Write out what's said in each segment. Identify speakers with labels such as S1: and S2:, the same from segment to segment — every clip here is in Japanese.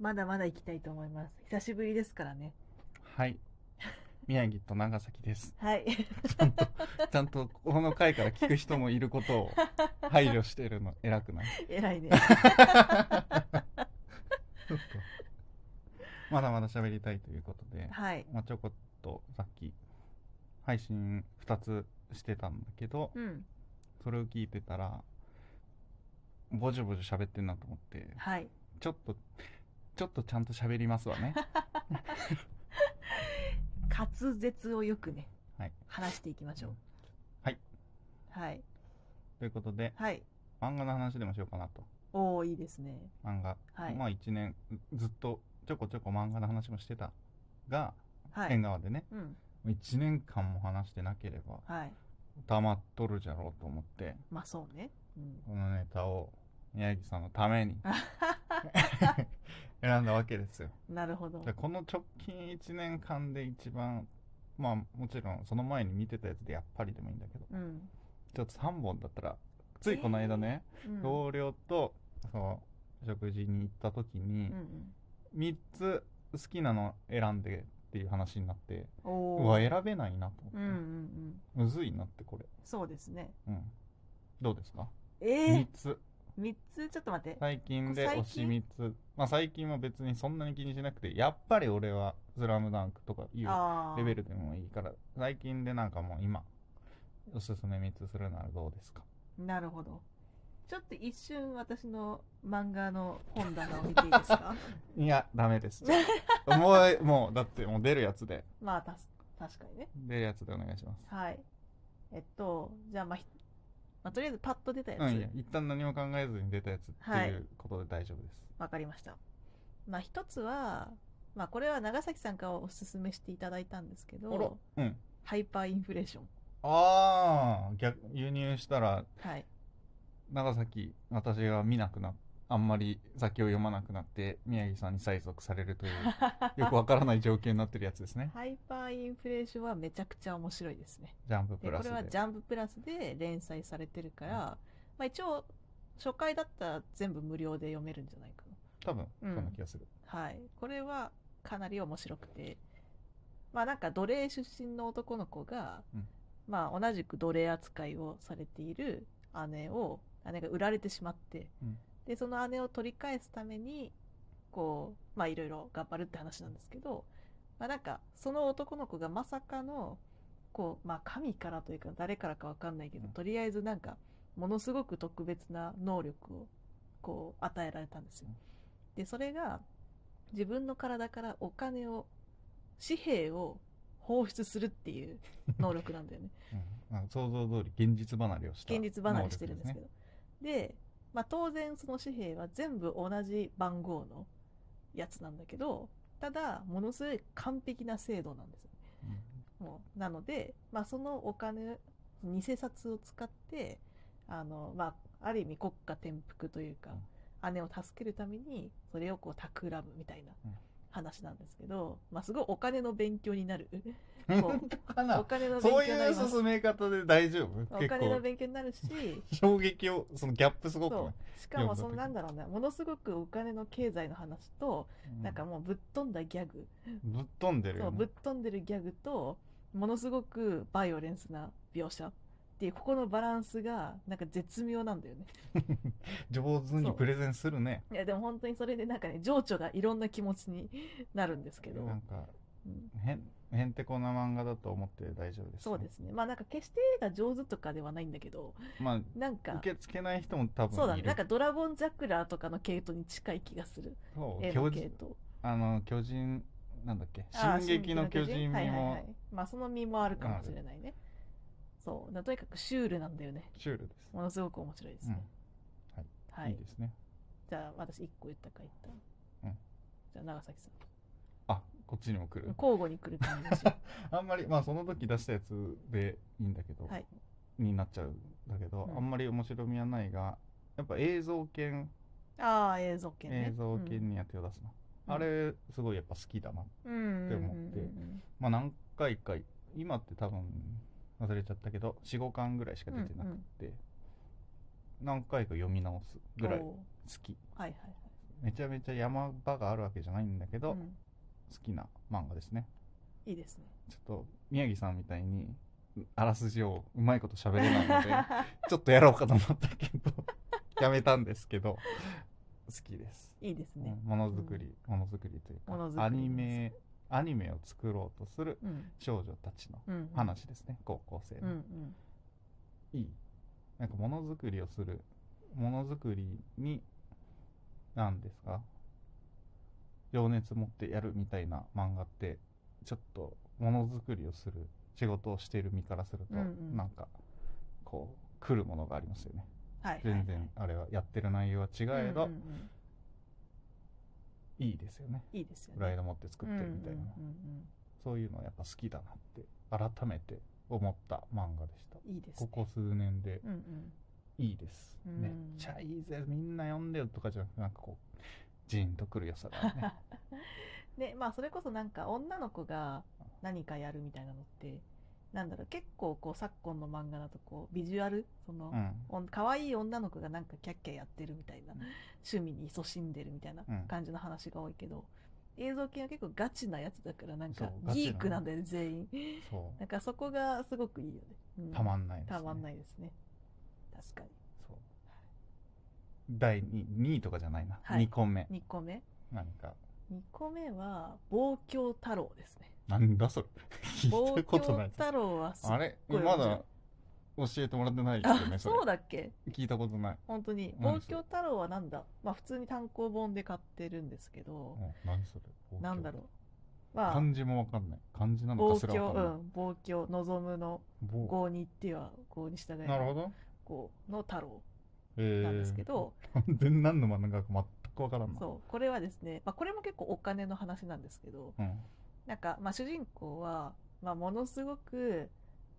S1: まだまだ行きたいと思います。久しぶりですからね。
S2: はい。宮城と長崎です。
S1: はい。
S2: ちゃんと、ちゃんとこの回から聞く人もいることを配慮してるの、偉くない。
S1: 偉いね。
S2: ちょっとまだまだ喋りたいということで、
S1: はい。
S2: まあ、ちょこっとさっき配信2つしてたんだけど、
S1: うん。
S2: それを聞いてたら、ぼじょぼじょ喋ってんなと思って、
S1: はい。
S2: ちょっと、ちょっとちゃんと喋りますわね。
S1: 滑舌をよくね、
S2: はい
S1: 話していきましょう。
S2: はい。
S1: はい。
S2: ということで、
S1: はい。
S2: 漫画の話でもしようかなと。
S1: おー、いいですね。
S2: 漫画。
S1: はい
S2: まあ1年ずっとちょこちょこ漫画の話もしてたが、
S1: はい
S2: 縁。側でね、
S1: うん。
S2: 1年間も話してなければ
S1: はい。
S2: 溜まっとるじゃろうと思って、
S1: まあそうね。うん。
S2: このネタを宮城さんのために 選んだわけですよ。
S1: なるほど
S2: で。この直近1年間で一番、まあもちろんその前に見てたやつでやっぱりでもいいんだけど、
S1: うん。
S2: ちょっと3本だったら、ついこの間ね、
S1: うん。
S2: 同僚とその食事に行った時に、
S1: うんうん
S2: 3つ好きなの選んでっていう話になってう
S1: お
S2: わ
S1: ー。
S2: 選べないなと思って、
S1: うんうんうん。
S2: むずいなってこれ、
S1: そうですね。
S2: うん、どうですか、
S1: え
S2: 3
S1: え
S2: つ
S1: 三つ、ちょっと待って。
S2: 最近で
S1: 最
S2: 推
S1: 近
S2: し3つまあ最近は別にそんなに気にしなくてやっぱり俺は「スラムダンクとかいう
S1: ああ。
S2: レベルでもいいから最近でなんかもう今おすすめ3つするならどうですか
S1: なるほど。ちょっと一瞬私の漫画の本棚を見ていいです か
S2: いやダメです もうもうだってもう出るやつで
S1: まあたす確かにね。
S2: 出るやつでお願いします
S1: はい。えっと、じゃあまあ、ひまあ、とりあえずパッと出たやつ。
S2: うんいいや一旦何も考えずに出たやつって
S1: はい
S2: いうことで大丈夫です、
S1: わかりました。まあ一つは、まあこれは長崎さんからおすすめしていただいたんですけど、
S2: あらうん
S1: ハイパーインフレーション。
S2: ああ逆輸入したら
S1: はい。
S2: 長崎私が見なくなあんまり先を読まなくなって宮城さんに催促されるという よくわからない状況になってるやつですね
S1: ハイパーインフレーションはめちゃくちゃ面白いですね。
S2: ジャンプ
S1: で
S2: プ
S1: こ
S2: ラス
S1: れ
S2: で
S1: はジャンププラスで連載されてるから、まあ一応初回だったら全部無料で読めるんじゃないか
S2: 多分そ
S1: うん
S2: んな気がする、
S1: な。はい。これはかなり面白くて、まあなんか奴隷出身の男の子が、
S2: うん
S1: まあ同じく奴隷扱いをされている姉を、姉が売られてしまって、
S2: うん
S1: で、その姉を取り返すために、こう、まあいろいろ頑張るって話なんですけど、まあなんか、その男の子がまさかの、こう、まあ神からというか誰からかわかんないけど、
S2: うん
S1: とりあえずなんか、ものすごく特別な能力を、こう、与えられたんですよ。で、それが、自分の体からお金を、紙幣を放出するって いう能力なんだよね。
S2: うんなんか想像通り現実離れをした
S1: 現実離れしてるんですけ
S2: 能
S1: ど。でまあ、当然その紙幣は全部同じ番号のやつなんだけど、ただ、ものすごい完璧な制度なんですよ。
S2: 力ですね
S1: もうなので、まあ、そのお金、偽札を使って、あの、まあ、ある意味国家転覆というか、姉を助けるために、それをこう企むみたいな
S2: うん
S1: 話なんですけど、まあ、すごいお金の勉強にな る。
S2: うん
S1: こう
S2: 本当か
S1: お
S2: な
S1: 金の勉強
S2: そう
S1: にな
S2: いう
S1: ります。
S2: 進め方で大丈夫
S1: お
S2: 結
S1: 金の
S2: 構
S1: 勉強になるし、
S2: 衝撃をそのギャップすごくな
S1: そ
S2: いう
S1: しかもその
S2: 読んだ
S1: なん
S2: 時
S1: だろうなものすごくお金の経済の話と、
S2: う
S1: なんかもうぶっ飛んだギャグ、
S2: ぶっ飛んでる
S1: そ
S2: よ、
S1: う
S2: ね、
S1: ぶっ飛んでるギャグとものすごくバイオレンスな描写っていうここのバランスがなんか絶妙なんだよね
S2: 上手にプレゼンするね
S1: いやでも本当にそれでなんかね情緒がいろんな気持ちになるんですけど、
S2: なんか
S1: うん
S2: へんへんてこな漫画だと思って大丈夫です、
S1: そうですねまあなんか決して絵が上手とかではないんだけど
S2: ま
S1: なん
S2: あ
S1: か
S2: 受け付けない人も多分いる
S1: そうだねなんかドラゴン桜とかの系統に近い気がする
S2: そう
S1: 絵
S2: 巨
S1: の
S2: 人
S1: 系統
S2: あの巨人なんだっけ
S1: あー
S2: 進撃の巨人
S1: はい
S2: に
S1: はいは
S2: も
S1: い、まあその身もあるかもしれないねそうだとにかくシュールなんだよね
S2: シュールです、
S1: ものすごく面白いです
S2: うん、
S1: ね、はいい
S2: いですね
S1: じゃあ私1個言ったか言った、
S2: うん
S1: じゃあ長崎さん
S2: あこっちにも来る
S1: 交互に来る感じで しょ
S2: あんまりまあその時出したやつでいいんだけど、
S1: はい
S2: になっちゃうんだけど、
S1: うん
S2: あんまり面白みはないがやっぱ映像犬、
S1: ああ映像系ね
S2: 映像犬には手を出すな、あれすごいやっぱ好きだな
S1: うんうん
S2: って思って
S1: うんうん
S2: まあ何回か今って多分忘れちゃったけど45巻ぐらいしか
S1: うん
S2: 出てなくて、何回か読み直すぐらい
S1: おー
S2: 好き
S1: はいはいはい
S2: めちゃめちゃ山場があるわけじゃないんだけど、
S1: う
S2: 好
S1: ん、
S2: きな漫画ですね
S1: いいですね
S2: ちょっと宮城さんみたいにあらすじをうまいこと喋れな いのでちょっとやろうかと思ったけど やめたんですけど好きです、
S1: いいですね、
S2: うんものづくりものづくりという
S1: ものづくりです
S2: かアニメアニメを作ろうとする
S1: うん
S2: 少女たちの
S1: うん、
S2: 話ですね、高校生
S1: うんう
S2: の、
S1: ん
S2: いいなんかものづくりをするものづくりに何ですか情熱持ってやるみたいな漫画ってちょっとものづくりをする仕事をしている身からすると、
S1: うんうん
S2: なんかこう来るものがありますよね
S1: はいはいはい
S2: 全然あれはやってる内容は違えど、
S1: うんうんうん
S2: いいですよね
S1: いいですよね
S2: プライド持って作ってるみた
S1: う
S2: いな、
S1: んうん
S2: そういうのはやっぱ好きだなって改めて思った漫画でした
S1: うんうんいいです
S2: こ
S1: ね
S2: こ数年で
S1: うんうん
S2: いいです、
S1: うん
S2: めっちゃいいぜみんな読んでよとかじゃなくなんかこうジーンとくる良さがあ るね
S1: でまあそれこそなんか女の子が何かやるみたいなのってなんだろう結構こう昨今の漫画だとこうビジュアルその、おん可愛い女の子がなんかキャッキャやってるみたいな、
S2: うん
S1: 趣味に勤しんでるみたいな
S2: うん
S1: 感じの話が多いけど、映像系は結構ガチなやつだからなん
S2: そ
S1: か
S2: うガチな
S1: ギークなんだよね全員
S2: うんそ
S1: なんかそこがすごくいいよね、うん
S2: うたまんないです、ね、
S1: たまんないいですね確か
S2: そう第 2, 二位とかじゃないな、
S1: は
S2: 二
S1: い
S2: 2個目
S1: に2個目
S2: 何か
S1: 2個目は「望郷太郎」ですね
S2: なんだそれ 聞い
S1: 望
S2: た
S1: 郷
S2: ことない
S1: 太郎はす
S2: あれ
S1: ごい
S2: まだ教えてもらってないですよね
S1: あ
S2: それ
S1: そうだっけ
S2: 聞いたことない
S1: 本当に「望
S2: 何それ
S1: 郷太郎」はなんだまあ普通に単行本で買ってるんですけど、
S2: うん何それ
S1: なんだろ
S2: う
S1: うまあ
S2: 漢字もわかんない漢字なのか
S1: 望
S2: すら
S1: 郷
S2: わ
S1: う
S2: かんない
S1: ん望郷望むの
S2: 望郷
S1: 郷に行っては郷に従え
S2: なるほど
S1: 郷の太郎
S2: えー
S1: なんですけど、
S2: 全然何の漫画か全くわからんない
S1: そうこれはですね、まあ、これも結構お金の話なんですけど
S2: うん
S1: なんか、まあ、主人公は、まあ、ものすごく、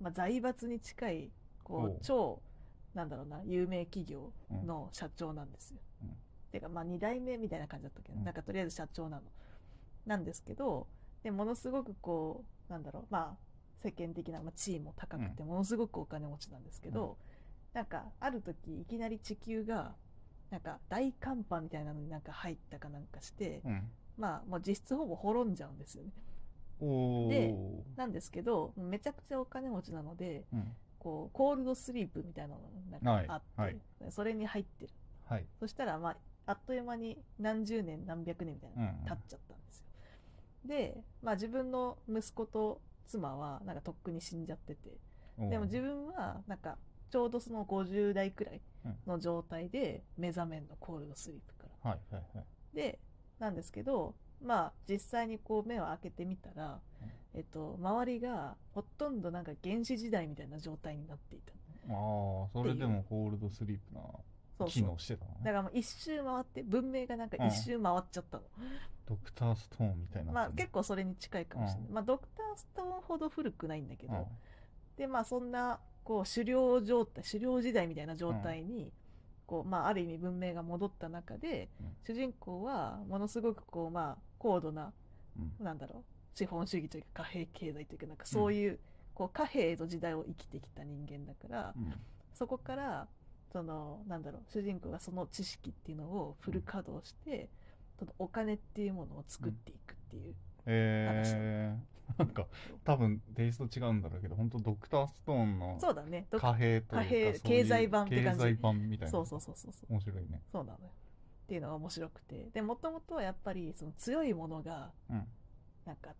S1: まあ、財閥に近い
S2: お
S1: こ
S2: う
S1: う超なんだろうな有名企業
S2: うん
S1: の社長なんですよ。
S2: うん
S1: てかまあ2代目みたいな感じだったけど、
S2: うん
S1: なんかとりあえず社長なの。なんですけどでものすごくこうなんだろうまあ世間的な、まあ、地位も高くてものすごくお金持ちなんですけど、なんかある時いきなり地球がなんか大寒波みたいなのになんか入ったかなんかして、
S2: うん
S1: まあもう実質ほぼ滅んじゃうんですよね。
S2: おー
S1: でなんですけどめちゃくちゃお金持ちなので
S2: うん、
S1: こうコールドスリープみたいなのがなんかあって、
S2: はい
S1: それに入ってる
S2: はい、
S1: そしたら、まあ、あっという間に何十年何百年みたいな
S2: うんうん
S1: 経っちゃったんですよ、で、まあ、自分の息子と妻はなんかとっくに死んじゃってて
S2: おー
S1: でも自分はなんかちょうどその50代くらいの状態で目覚めんのコールドスリープから
S2: はいはいはい
S1: でなんですけどまあ実際にこう目を開けてみたら、えっと、周りがほとんどなんか原始時代みたいな状態になっていた
S2: ああそれでもホールドスリープ
S1: そ
S2: な
S1: う
S2: 機
S1: そう
S2: 能してたの
S1: だか
S2: ね
S1: らもう一周回って文明がなんか一周回っちゃったの、
S2: ドクターストーンみたいな
S1: まあ結構それに近いかもしれない、
S2: うん
S1: まあドクターストーンほど古くないんだけど、
S2: うん
S1: でまあそんなこう狩猟状態狩猟時代みたいな状態に、こうまあ、ある意味文明が戻った中で、
S2: うん
S1: 主人公はものすごくこう、まあ、高度な
S2: うん
S1: なんだろう資本主義というか貨幣経済というかなんかそういう,、こう貨幣の時代を生きてきた人間だから、
S2: うん
S1: そこからそのなんだろう主人公がその知識っていうのをフル稼働して、そのお金っていうものを作っていくっていう、
S2: えー、なんか多分テイスト違うんだろうけど本当ドクターストーンの
S1: そうだねど
S2: 貨幣という
S1: 貨幣
S2: かそうい
S1: 経
S2: う
S1: 済版って感じ
S2: 経済版みたいな
S1: そうそうそうそうそう
S2: 面白いね
S1: そうなのよっていうのが面白くてでもともとはやっぱりその強いものが
S2: うん
S1: なんか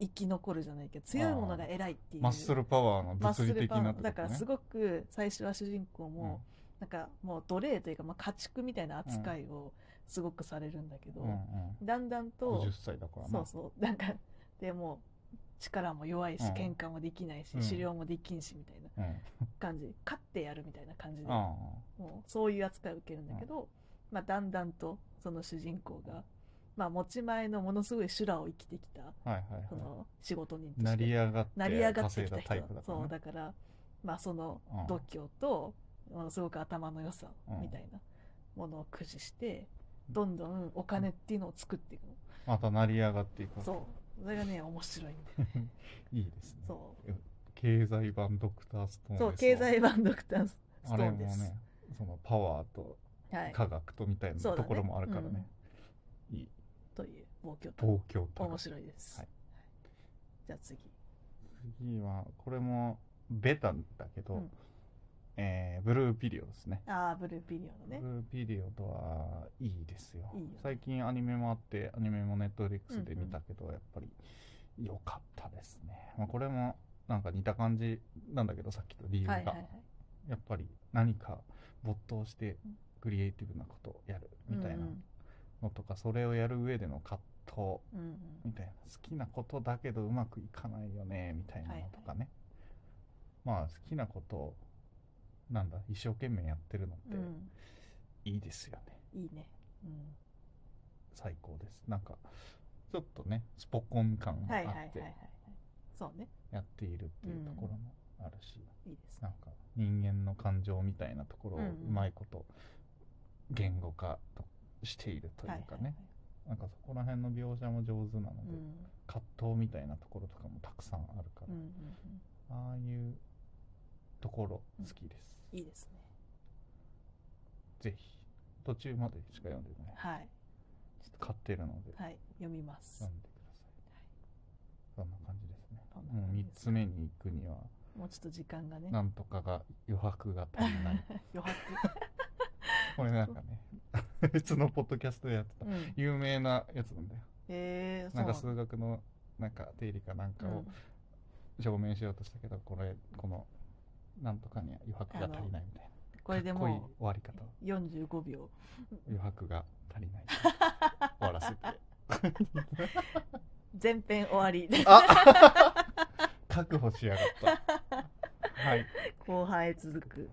S1: 生き残るじゃないけど強いものが偉いっていう
S2: マッスルパワーの
S1: マッス
S2: 物理
S1: ル
S2: 的
S1: パワー
S2: なってことね
S1: だからすごく最初は主人公
S2: うん
S1: も、なんかもう奴隷というか、まあ、家畜みたいな扱いをすごくされるんだけど、
S2: うん
S1: だんだん
S2: うん、
S1: と
S2: 50歳だからな
S1: そうそうなんかでも力も弱いし
S2: うん
S1: 喧嘩もできないし、
S2: うん
S1: 狩猟もできんしみたいな
S2: うん、
S1: 感じ勝ってやるみたいな感じで、
S2: あ
S1: もうそういう扱いを受けるんだけど、まあ、だんだんとその主人公が、まあ、持ち前のものすごい修羅を生きてきた
S2: あはいはい
S1: そ
S2: は
S1: の仕事人
S2: い
S1: と
S2: 成
S1: して
S2: り上がっ
S1: 成り上
S2: て
S1: がって
S2: 稼い
S1: き
S2: だ
S1: た人
S2: タ
S1: だ
S2: イプだから
S1: そう
S2: ね
S1: だから、まあ、その
S2: うん
S1: 度胸と、ものすごく頭の良さ
S2: うん
S1: みたいなものを駆使して、どんどんお金っていうのを作っていくの、
S2: また成り上がっていくわけ
S1: そうそれがね面白いんだよ
S2: いいですね
S1: そ
S2: 経済版ドクターストー
S1: う
S2: ン
S1: そう
S2: です
S1: 経
S2: わ
S1: 済版ドクタースト
S2: あれ
S1: ー
S2: も
S1: ンです、
S2: ねそのパワーと
S1: はい、
S2: 科学とみたいな
S1: そうだ
S2: と
S1: ね
S2: ころもあるからね
S1: うん
S2: いい
S1: という望郷と
S2: 東京タワ
S1: 面
S2: ー
S1: 白いです、
S2: はい
S1: じゃあ次
S2: 次はこれもベタだけど、
S1: うん
S2: えーブルーピリオですね
S1: ああブルーピリオのね
S2: ブルーピリオドはいいですよ
S1: いいよね
S2: 最近アニメもあってアニメもネットフリックスで見たけど、やっぱり良かったですね、まあ、これもなんか似た感じなんだけどさっきと理由が、
S1: はいはいはい
S2: やっぱり何か没頭してクリエイティブなことをやるみたいなのとか、それをやる上での葛藤
S1: うんうん、うん
S2: みたいな好きなことだけどうまくいかないよねみたいなのとかね、まあ好きなことをなんだ一生懸命やってるの
S1: うん
S2: っていいですよね、
S1: うん、いいね、うん、
S2: 最高ですなんかちょっとねスポコン感があ
S1: は
S2: っ
S1: いはいはいはい
S2: て
S1: はいそうね
S2: やっているっていうところもあるし、
S1: いいです
S2: な
S1: ね
S2: んか人間の感情みたいなところを
S1: うんうん
S2: うまいこと言語化としているというかね、なんかそこら辺の描写も上手なの
S1: はいはいはい
S2: で、葛藤みたいなところとかもたくさんあるから、
S1: うんうんうんうん
S2: ああいうところ好きです、
S1: いいですね
S2: ぜひ途中までしか読んでない
S1: はい
S2: ちょっと買ってるので
S1: はい読みます
S2: 読んでください、そんな感じですね
S1: そんな
S2: もう
S1: 感じ
S2: 3
S1: です
S2: つ目に行くには
S1: もうちょっと時間がね
S2: なんとかが余白が足りない
S1: 余白、
S2: これなんかね 別のポッドキャストでやってた
S1: うん、
S2: 有名なやつなんだよ
S1: えー、
S2: なんか
S1: そう
S2: 数学のなんか定理かなんか
S1: な
S2: を
S1: んだ
S2: 証明しようとしたけど、これこのなんとかには余白が足りないみたいな
S1: うんこれで
S2: かっこいい
S1: も
S2: 終わり方
S1: う45秒
S2: 余白が足 りない終わらせて
S1: 全編終わり
S2: あ確保しやがったはい
S1: 後半へ続く